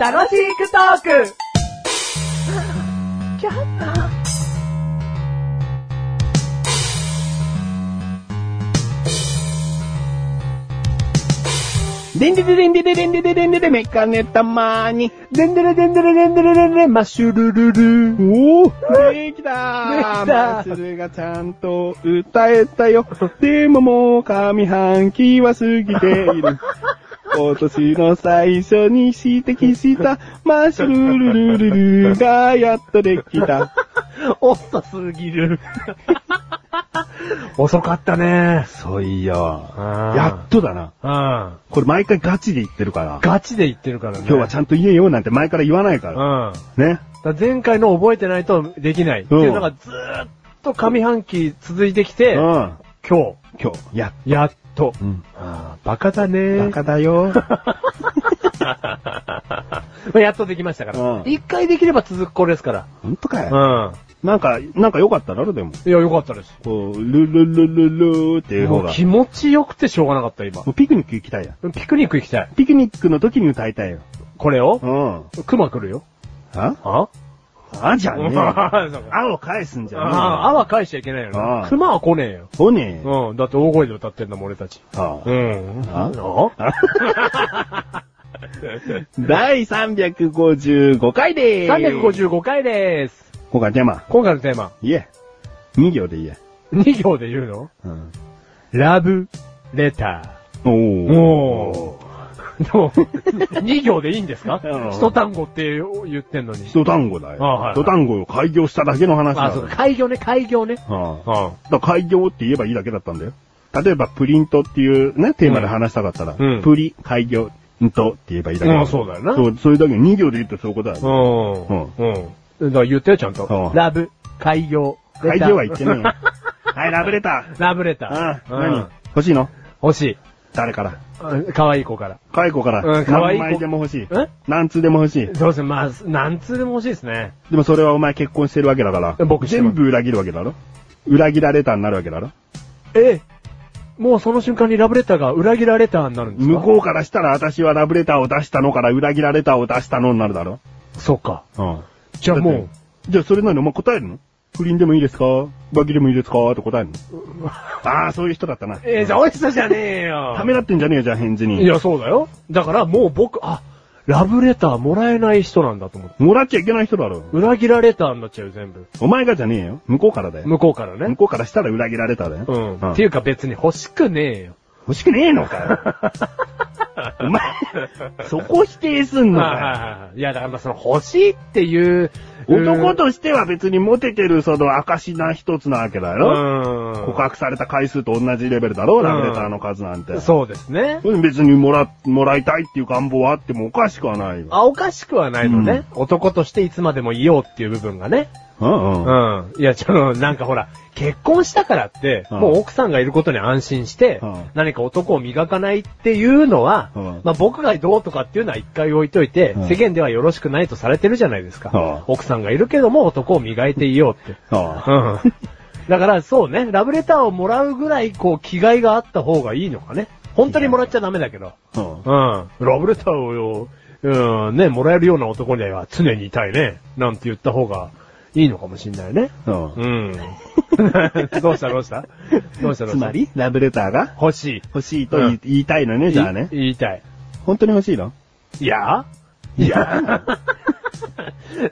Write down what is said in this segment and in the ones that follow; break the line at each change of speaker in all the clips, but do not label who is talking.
楽しくトーク
でんでででんでででんでででんででメカネたまーに。でんでれでんでれでんでれでんでマッシュルルル。おおできたー
できたー
マッシュルがちゃんと歌えたよ。でももう上半期は過ぎて いる。今年の最初に指摘したマッシュルルルルルがやっとできた。
遅す ぎる。遅かったね。
そういや
あー
やっとだな。
うん。
これ毎回ガチで言ってるから。
ガチで言ってるからね。
今日はちゃんと言えよなんて前から言わないから。
うん。
ね。
だから前回の覚えてないとできないっていうのがずーっと上半期続いてきて、
うん。今日、
今
やっ
日、やっと。
うん
あーバカだねー。
バカだ よ。
まあやっとできましたから。
うん
一回できれば続くこれですから。
ほんとかよ。
うん。
なんか、なんか良かっただろ、でも。
いや、よかったです。
こう、ルルルルルーっていう方
も
が。
う
も
気持ちよくてしょうがなかった、今。
うピクニック行きたいや。
ピクニック行きたい。
ピクニックの時に歌いたいよ。
これを
うん。
熊来るよ。
あ
あ
あじゃねえ よ。
あ そうか
あを返すんじゃねえよ。
あ、あは返しちゃいけないよ
あ
な
あ。
熊は来ねえよ。
ほねえよ。
うん。だって大声で歌ってんだもん、俺たち。
ああ
うん。
あ
あ
第355回でーす。
355回でーす。
今回テーマ。
今回のテーマ、
いえ。2行でいえ。
2行で言うの
うん。
ラブレタ
お
ー。
ー。
もう、でも、2行でいいんですか
うん
一単語って言ってんのに。
一単語だ
あはいは
よ。
い
一単語を開業しただけの話だ
あ、
よ
そうか、開業ね、開業ね。
うん
うん。うん。
だから開業って言えばいいだけだったんだよ。例えば、プリントっていうね、テーマで話したかったら、
うん
プリ、開業、んとって言えばいいだけ
うんそうだよな
そう、それだけ2行で言うとそういうことだよ。
うん。だから言ってよ、ちゃんと
う。ん
ラブ、開業、
開業は言って
な
ね
い。
えよ。 はい、ラブ レター。
ラブレタ
あ
ー。
あ、
うん
何欲しいの
欲し
誰から
い。可愛い子から。
カイコから。
うん可愛い子
何枚でも欲しい。
え
何通でも欲しい。
そうですね、まあ、何通でも欲しいですね。
でもそれはお前結婚してるわけだから。
僕してます
全部裏切るわけだろ裏切られたになるわけだろ
ええもうその瞬間にラブレターが裏切られたになるんですか
向こうからしたら私はラブレターを出したのから裏切られたを出したのになるだろ
うそうか。
うん。
じゃあも
う。じゃあそれなのお前答えるの不倫でもいいですか浮気でもいいですかって答えるの ああ、そういう人だったな。
う、ええじゃあおいしさじゃねえよ
ためらってんじゃねえよ、じゃあ返事
い
に。
や、そうだよ。だからもう僕、あ、ラブレターもらえない人なんだと思って。
もらっちゃいけない人だろ。
裏切られたになっちゃうよ、全部。
お前がじゃねえよ。向こうからだよ。
向こうからね
向。こうからしたら裏切られただよ。
うん。っていうか別に欲しくねえよ。
欲しくねえのかよ。 お前、そこ否定すんの
はい
かよ。
はいはい。いや、だからまあその欲しいっていう。
男
と
としては別にモテてるその証な一つなわけだよ。
うん。
告白された回数と同じレベルだろ、ラブレターの数なんて。
そうですね。
別にもら、もらいたいっていう願望はあってもおかしくはないよ。
あ、おかしくはないのね。男としていつまでもいようっていう部分がね。
うんうん。
うん。いや、ちょっと、なんかほら、結婚したからって、
うん
もう奥さんがいることに安心して、
うん
何か男を磨かないっていうのは、
うん
まあ僕がどうとかっていうのは一回置いといて、
うん
世間ではよろしくないとされてるじゃないですか。
うん
奥さんがいるけども男を磨いていようって。
あ
う
あ
ん。だからそうね、ラブレターをもらうぐらい、こう、気概があった方がいいのかね。本当にもらっちゃダメだけど。
うん
うん。ラブレターをよ、うん、ね、もらえるような男には常にいたいね。なんて言った方がいいのかもしんないね。
うん
うん。 どうしたどうしたどうしたどうした
つまり、ラブレターが
欲しい。
欲しいと言い,、
うん
言いたいのね、じゃあね
い。言いたい。
本当に欲しいの
いや
いや、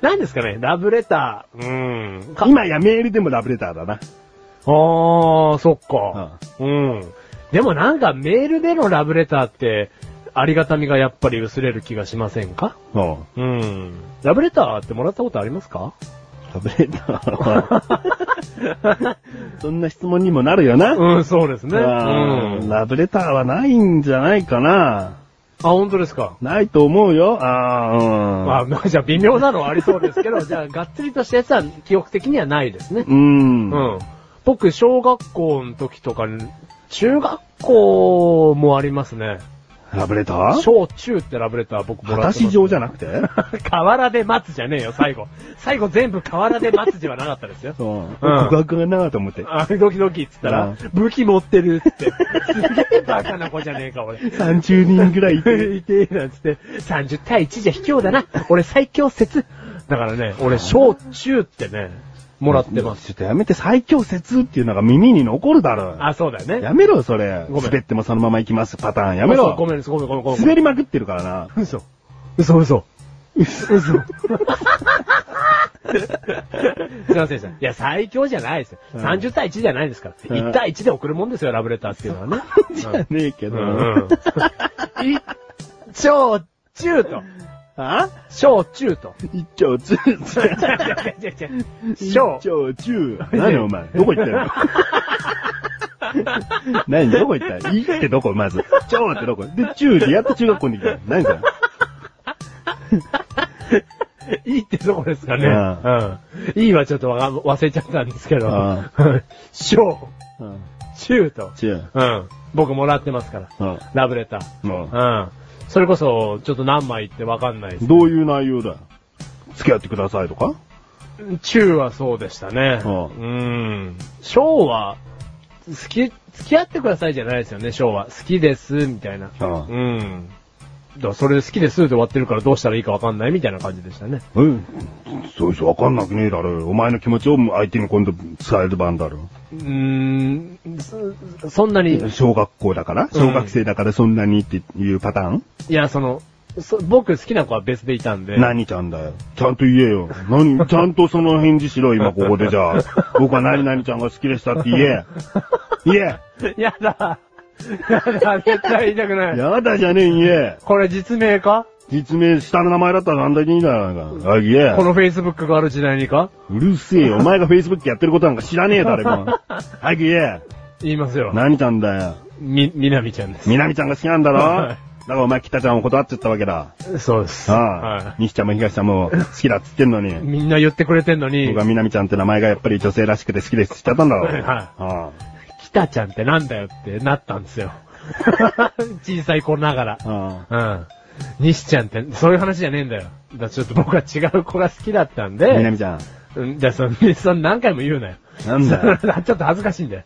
何ですかねラブレター。うん。か
今やメールでもラブレターだな。
あー、そっか。うん。でもなんかメールでのラブレターって、ありがたみがやっぱり薄れる気がしませんか
うん。
うん。ラブレターってもらったことありますか
ラブレター はそんな質問にもなるよな。
うん、そうですね。う
ああ
ん。あ、
ラブレターはないんじゃないかな。
本当ですか。
ないと思うよ。ああ、
まあ、じゃあ微妙なのはありそうですけど、 じゃあ、がっつりとしたやつは記憶的にはないですね。
うん。
う
うん。
ん。僕、小学校の時とか、中学校もありますね。
ラブレター
小中ってラブレター僕も
果
らってま
た
す。
し 状じゃなくて
河原で待つじゃねえよ、最後。最後全部河原で待つじゃなかったですよ。
そう。告白がなぁと思って。
あ、ドキドキっつった
う
ら
ん、
武器持ってるって。すげえバカな子じゃねえか、俺。
30人ぐらいいて。
いてえなんつって、30対1じゃ卑怯だな。俺最強説。だからね、俺小中ってね、もらってます。
ちょっとやめて、最強説っていうのが耳に残るだろ。
あ、そうだよね。
やめろよ、それ。
ごめん
滑ってもそのまま行きます、パターン。やめろ。
ごめん、ごめん、ごめん、ごめん。
滑りまくってるからな。
嘘。嘘、嘘。嘘、嘘。すいませんでした。いや、最強じゃないですよ。
うん
30対1じゃないですから。
うん
1対1で送るもんですよ、ラブレターっていうのはね。
じゃねえけ
う
ど。
ん。一丁中と。
あ
小中と。
一丁中。
違う違う違う小
一。丁中。何お前。どこ行ったよ。 何どこ行ったいってどこまず。超ってどこで、中でやっと中学校に行ったよ。何それ
いいってどこですかね。
う
うん。いいはちょっとわか忘れちゃったんですけど
うん。
小、
うん
中と。
中。
うん。僕もらってますか
う
ら。
ん
ラブレター。
うん
うん。それこそ、ちょっと何枚ってわかんないです。
どういう内容だよ付き合ってくださいとか
中はそうでしたね。
う
うんん。小は、好き、付き合ってくださいじゃないですよね、小は。好きです、みたいな。
うん
うん。だからそれで好きですで終わってるからどうしたらいいかわかんないみたいな感じでしたね。
うん。そうそう、わかんなくねえだろ。お前の気持ちを相手に今度伝える番だろ。
うーん、そそんなに、
小学校だから小学生だからそんなにっていうパターン、
いや、その、そ僕好きな子は別でいたんで。
何ちゃんだよ。ちゃんと言えよ。何、ちゃんとその返事しろ、今ここでじゃあ。 僕は何々ちゃんが好きでしたって言え。言
やだ。 やだ、絶対言いたく
え。
ない。
やだじゃねえ、言え。
これ実名か
実名、下の名前だったら何だけいいんじゃないか。あ、言え
こ。の Facebook がある時代にか
うるせえよ。お前が Facebook やってることなんか知らねえ、誰も。はい、言え。
言いますよ。
何ちゃんだよ。
み、みなみちゃんです。
みなみちゃんが好きなんだろ
はい
だからお前、北ちゃんを断っちゃったわけだ。
そうです。
ああ
は、
西ちゃんも東ちゃんも好きだっつってんのに
い。。みんな言ってくれてんのに
僕、はみなみちゃんって名前がやっぱり女性らしくて好きですって言っちゃったんだろ。
はい
あ
きたちゃんってなんだよってなったんで すよ。小さい子なが
ああ
ら。うん。西ちゃんって、そういう話じゃねえんだよ。だからちょっと僕は違う子が好きだったん
あみな
で、
みちゃん。
うん、じゃあその、その何回も言うなよ。
なんだよ。
そ れはちょっと恥ずかしいんだよ。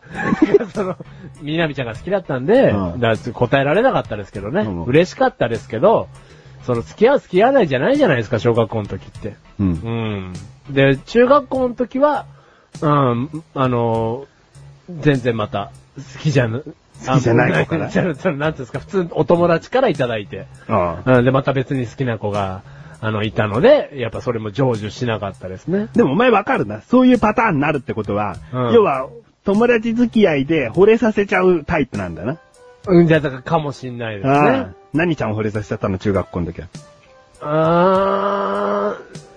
その、みなみちゃんが好きだったんで、
うん
だから答えられなかったですけどね、
うん
嬉しかったですけど、その、付き合う付き合わないじゃないじゃないですか、小学校の時って。
うん。
うん。で、中学校の時は、うん、あの、全然また、好きじゃな、
好きじゃない子から
あじゃあその なんていうんですか、普通、お友達からいただいて、
ああ
うん、で、また別に好きな子が、あの、いたので、やっぱそれも成就しなかったですね。
でもお前わかるな。そういうパターンになるってことは、
うん
要は、友達付き合いで惚れさせちゃうタイプなんだな。
うん、じゃあ、だからかもしんないですね。
ああ何ちゃんを惚れさせちゃったの、中学校の時は。
あー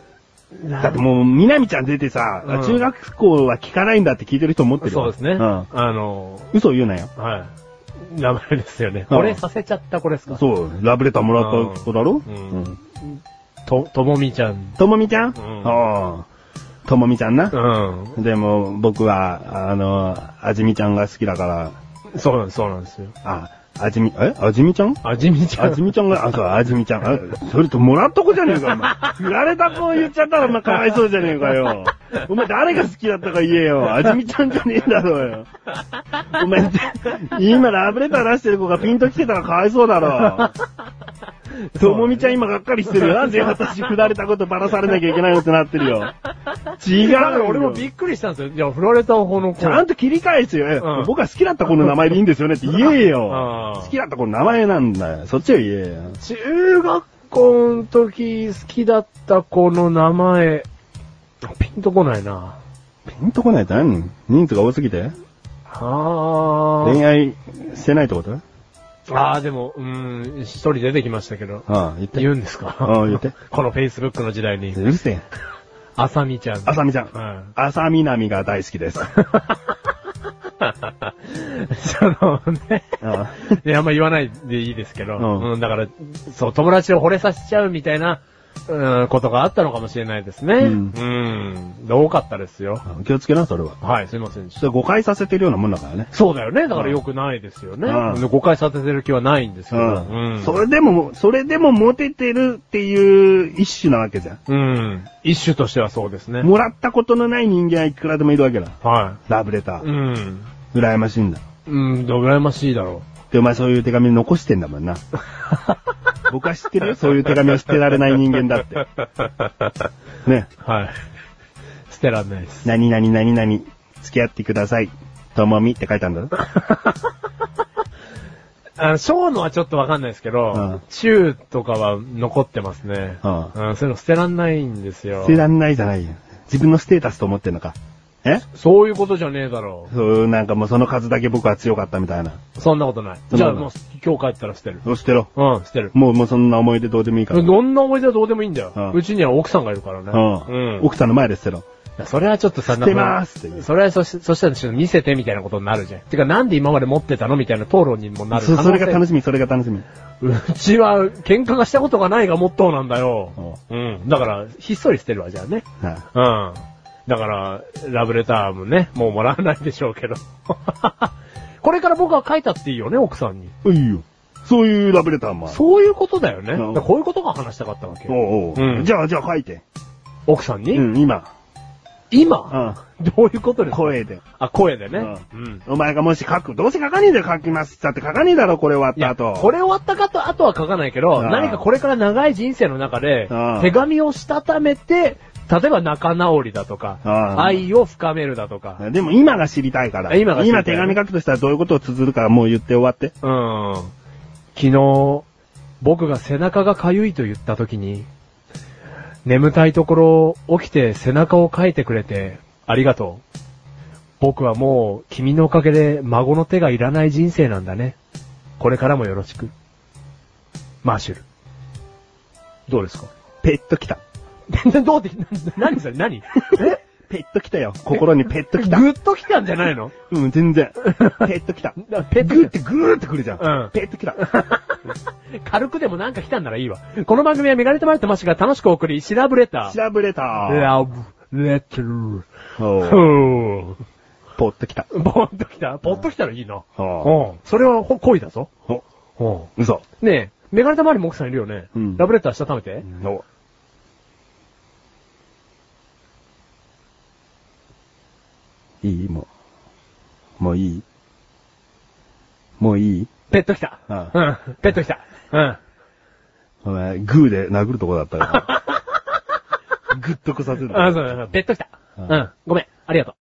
だってもう、みなみちゃん出てさ、
うん
中学校は聞かないんだって聞いてる人思ってるよ
そうですね。
うん。
あの、
嘘言うなよ。
はい。名前ですよね。
うん
これさせちゃったこれですか
そう、ラブレターもらった子だろ
うんと、ともみちゃん。
ともみちゃん
ん
ああ。ともみちゃんな
う。ん。
でも、僕は、あの、あじみちゃんが好きだから、
そうなんです、そうなんですよ。
あ、あじみ、えあじみちゃん
あじみちゃ
あ
ん。
じみちゃんが、あ、そう、あじみちゃん。あそれともらった子じゃねえか、お前。振られた子を言っちゃったら、お前かわいそうじゃねえかよ。お前誰が好きだったか言えよ。あじみちゃんじゃねえだろうよ。お前、今ラブレター出してる子がピンと来てたらかわいそうだろ。ともみちゃん今がっかりしてるよ。なんで私振られたことばらされなきゃいけないのってなってるよ。違う
だから
よ。
俺もびっくりしたんですよ。いや、振られた方の子。
ちゃんと切り返すよ。
うん
僕は好きだった子の名前でいいんですよねって言え
あ
よ。
ー
好きだった子の名前なんだよ。そっちを言えよ。
中学校の時好きだった子の名前、ピンとこないな。
ピンとこないって何人数が多すぎて
あー。
恋愛してないってこと
あー、でも、うん、一人出てきましたけど。
ああ、言って。
言うんですか
ああ言って。
この Facebook の時代に
う。るせえ。
あさみちゃん。
あさみちゃ。
うんん。
あさみなみが大好き です。あ
そのね。
あ
いや、あんま言わないでいいですけど。
うん
うん。だから、そう、友達を惚れさせちゃうみたいなうん、ことがあったのかもしれないですね。う
うんん。
多かったですよ。
あ気をつけな、それは。
はい、すいませんでし
そ
た。
れ誤解させてるようなもんだからね。
そうだよね。だから良くないですよね。
うん
で誤解させてる気はないんですけど。
うん。
うん。
それでも、それでもモテてるっていう一種なわけじゃん。
うん。一種としてはそうですね。
もらったことのない人間はいくらでもいるわけだ。
は
ラブレタ
い。う
ー。
ん。
羨ましいんだ。
うん、羨ましいだろ
で、お前そういう手紙残してんだも んな。僕は知ってるよ。そういう手紙を捨てられない人間だって。ね。
う。はい。 捨てらんないです。
何々何々、付き合ってください。ともみって書いたんだろ。
あの、小のはちょっとわかんないですけど、
うん
中とかは残ってますね。
うん
うん、そういうの捨てらんないんですよ。
捨てらんないじゃないよ。自分のステータスと思ってんのか。え
そういうことじゃねえだろ
そう、なんかもうその数だけ僕は強かったみたいな。
う。そんなことない。
そん
じ
な
ゃ
こ
あ
とない
も
う
今日帰ったら捨てる。
そうしてろ。
うん、捨てる。
もう、もうそんな思い出どうでもいいから。
どんな思い出はどうでもいいんだよ。う
うん
ちには奥さんがいるからね。
うん。
うん。い
奥さんの前で捨てろ。
やそれはちょっとさ、
捨てますって言
なん
う
かそれはそし、そしたらちょっと見せてみたいなことになるじゃん。てか、なんで今まで持ってたのみたいな討論にもなる
そそれが楽
し
しみ、それが楽しみ。
うちは、喧嘩がしたことがないがモットーなんだよ。うん。だから、ひっそり捨てるわ、じゃあね。
は
うん。だから、ラブレターもね、もうもらわないでしょうけど。 これから僕は書いたっていいよね、奥さんに。
い。いいよ。そういうラブレターもある。
そういうことだよね。だ
うん
からこういうことが話したかったわけ。
おうおう、
うん
じゃあ、じゃあ書いて。
奥さんに、
うん、今。う
今、
ん。
どういうことですか
声で。
あ、声でね。う。
うんお前がもし書く。どうせ書かねえで書きます。だって書かねえだろ、これは。
いや、
あと。
これ終わったかと、あとは書かないけど、
あー
何かこれから長い人生の中で
あ、ー
手紙をしたためて、例えば仲直りだとか、
あー
愛を深めるだとか、
でも今が知りたいから。
今が知りたい
手紙書くとしたらどういうことを綴るかもう言って終わ って。
うん。昨日、僕が背中が痒いと言った時に、眠たいところ、起きて背中をかいてくれて、ありがとう。僕はもう、君のおかげで孫の手がいらない人生なんだね。これからもよろしく。マーシュル。どうですか
ペット来た。
どう って、な何それ 何え
ペット来たよ。心にペット来た。
ぐっと来たんじゃないの
うん、全 然。ペット来た。
だペット
グーってグーって来るじゃん。
うん
ペット来た。
軽くでもなんか来たんならいいわ。この番組はメガネとマルとマシが楽しくお送り、シラブレター。
調べれた。
ラブレター。
おう
ほ
ポット来た。
う ポッときたポッときたらいいな。
おう
うん。それはほ恋だぞ。
お
うん。
嘘。
ねえ、メガネたまりも奥さんいるよね。
うん
ラブレターしたためて。
おいいもう。もういいもういい
ペットきた。
あ
うん。ペットきた。うん。
お前、グーで殴るとこ だったよ。グッとこさせる。
あ、そうだ、ペットきた。
う
うんん。ごめん。ありがとう。